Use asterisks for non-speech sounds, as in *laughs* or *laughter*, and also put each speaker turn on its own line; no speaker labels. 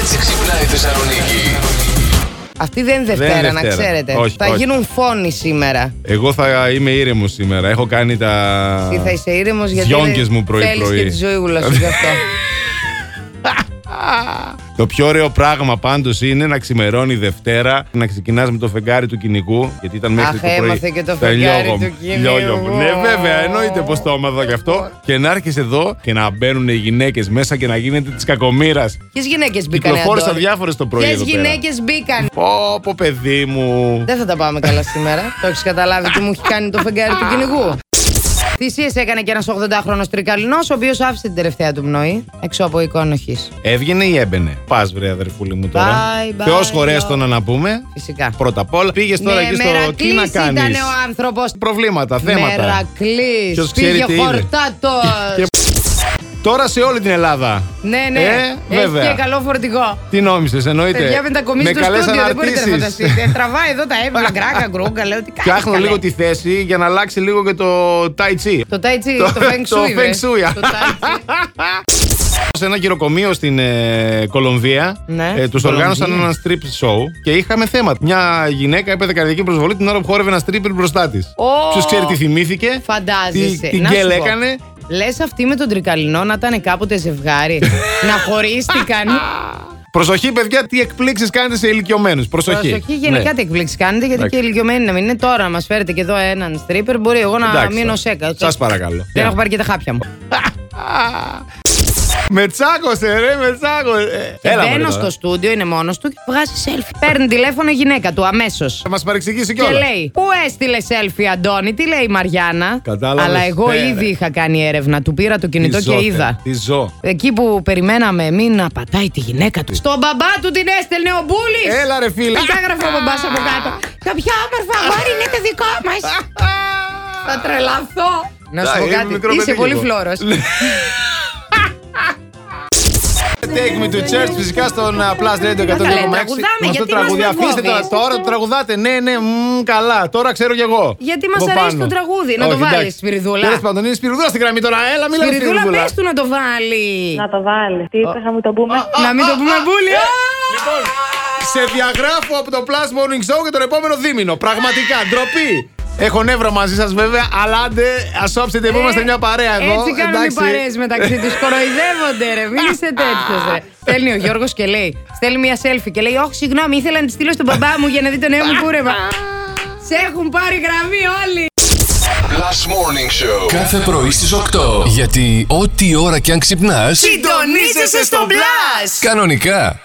έτσι ξυπνάει η Θεσσαλονίκη.
Αυτή δεν είναι Δευτέρα,
Δεν είναι
να
Δευτέρα.
ξέρετε.
Όχι,
θα
όχι.
γίνουν φόνοι σήμερα.
Εγώ θα είμαι ήρεμος σήμερα. Έχω κάνει τα.
Τι θα είσαι ήρεμος γιατί.
Διόγκες
δεν-
μου
θέλεις
πρωί-πρωί.
και τη ζωή ούλα σου γι'
*laughs*
αυτό.
Το πιο ωραίο πράγμα πάντως είναι να ξημερώνει Δευτέρα, να ξεκινάς με το φεγγάρι του κυνηγού. Γιατί ήταν μέχρι
Αχ,
το πρωί.
έμαθε και το
Τα
φεγγάρι
λιώγω
του
μου,
κυνηγού.
λιώγω μου. Ναι, βέβαια, εννοείται πως το έμαθα γι' αυτό. Και να έρχεσαι εδώ και να μπαίνουν οι γυναίκες μέσα και να γίνεται της κακομήρα.
Ποιες γυναίκες μπήκαν.
Κυκλοφόρησα διάφορες το πρωί.
Ποιες
εδώ πέρα.
γυναίκες μπήκαν.
Πω, πω, παιδί μου.
Δεν θα τα πάμε καλά σήμερα. το έχεις καταλάβει τι μου έχει κάνει το φεγγάρι του κυνηγού. Θυσίε έκανε και ένας 80χρονο τρικαλινός, ο οποίος άφησε την τελευταία του πνοή έξω από εικόνοχη.
Έβγαινε ή έμπαινε. Πας, βρε αδερφούλη μου τώρα.
Bye, bye,
Θεός χωρέστονα
bye.
να πούμε.
Φυσικά.
Πρώτα απ' όλα πήγες τώρα
Ναι,
εκεί στο. Τι να
Μερακλής
κάνεις.
ήταν ο άνθρωπος.
Προβλήματα, θέματα.
Μερακλής.
Ποιος ξέρει
Πήγε
τι είδε.
χορτάτο.
Και- Τώρα σε όλη την Ελλάδα.
Ναι, ναι.
Ε,
Έχει
βέβαια.
και καλό φορτηγό.
Τι νόμιζε, εννοείται.
Παιδιά μετακομίζει
Με
το
καλές
στούντιο, δεν μπορείτε να
αναρτήσεις.
φανταστείτε. Τραβάει εδώ τα έβαλα, γκράκα, γκρούγκα, λέω τι κάνεις.
*laughs* Φτιάχνω
καλέ.
λίγο τη θέση για να αλλάξει λίγο και το Tai Chi.
Το Tai Chi,
Το-
το Feng Shui.
το
βρε.
Feng Shui.
Το Tai Chi.
*laughs* Σε ένα γυροκομείο στην ε, Κολομβία
Ναι.
τους
Κολομβία.
οργάνωσαν ένα strip show και είχαμε θέμα. Μια γυναίκα έπαιζε καρδιακή προσβολή την ώρα που χόρευε ένα stripper μπροστά της.
Ω.
Ποιος ξέρει τι θυμήθηκε.
Φαντάζεσαι.
Τι, τι
Να σου
γκέλ
πω.
έκανε.
Λες αυτή με τον Τρικαλινό να ήταν κάποτε
*laughs*
ζευγάρι. να χωρίστηκαν.
Προσοχή, παιδιά, τι εκπλήξεις κάνετε σε ηλικιωμένους. Προσοχή.
Προσοχή, γενικά
Ναι.
τι εκπλήξεις κάνετε, γιατί
Εντάξει.
και ηλικιωμένοι να μην είναι. Τώρα να μας φέρετε και εδώ έναν στρίπερ, μπορεί εγώ να
Εντάξει,
μείνω
τώρα.
σέκα.
Σας παρακαλώ.
Δεν
Ναι.
έχω πάρει και τα χάπια μου.
*laughs* Με τσάκωσε, ρε, με τσάκωσε.
Και
Έλα, μωρέ,
μπαίνω
τώρα.
στο στούντιο, είναι μόνος του και βγάζει selfie. Παίρνει τηλέφωνο η γυναίκα του αμέσως.
Θα μας παρεξηγήσει
Και
κιόλας.
λέει, Πού έστειλε selfie, Αντώνη, τι λέει η Μαριάννα.
Κατάλαβες,
Αλλά εγώ
ναι,
ήδη
ρε.
είχα κάνει έρευνα. Του πήρα το κινητό και είδα.
Τι ζω.
Εκεί που περιμέναμε, μην απατάει τη γυναίκα του. Στον μπαμπά του την έστελνε ο Μπούλης.
Έλα, ρε, φίλε.
Τι
*laughs*
έγραφε ο μπαμπάς από κάτω. Το πιο όμορφο αγόρι είναι το δικό
*laughs*
μας. Θα τρελαθώ. Να σου
Α,
πω
είμαι μικρό
κάτι. Είσαι
παιδί Ναι,
πολύ
κι εγώ.
φλόρος.
*laughs* Take me to church, φυσικά στον uh, Plus Radio 102,6.
Μα θα λένε, τραγουδάμε,
Γνωστό
γιατί
τραγούδι.
μας δεν
Αφήστε τώρα,
κόβεις.
τώρα το τραγουδάτε. Ναι, ναι, μμ, καλά. Τώρα ξέρω κι εγώ.
Γιατί μας
Από
αρέσει
πάνω.
το τραγούδι. Να το
Όχι,
βάλεις,
εντάξει.
Σπυριδούλα.
Τέλος πάντων, είναι Σπυριδούλα στην γραμμή τώρα. Έλα, μιλάμε
Σπυριδούλα, πες του να το βάλει.
Να το βάλει. Τι είπες, να μην το πούμε.
Να μην το πούμε μπουλι.
Λοιπόν, σε διαγράφω από το Plus Morning Show για τον επόμενο δίμηνο. Πραγματικά, ντροπή. Έχω νεύρα μαζί σας, βέβαια, αλλά άντε, ασόψετε που είμαστε μια παρέα εδώ.
Έτσι κάνουν οι
εντάξει.
παρέες μεταξύ
*laughs*
τους. Κοροϊδεύονται, ρε. Μην είσαι τέτοιος, ρε. Στέλνει ο Γιώργος και λέει: Στέλνει μια selfie και λέει: Όχι, συγγνώμη, ήθελα να τη στείλω στον μπαμπά μου για να δει το νέο μου
*laughs*
κούρεμα. Σε έχουν πάρει γραμμή όλοι.
Last Morning Show.
Κάθε πρωί στις 8. Γιατί ό,τι ώρα κι αν ξυπνάς,
Συντονίζεσαι στο μπλα!
κανονικά.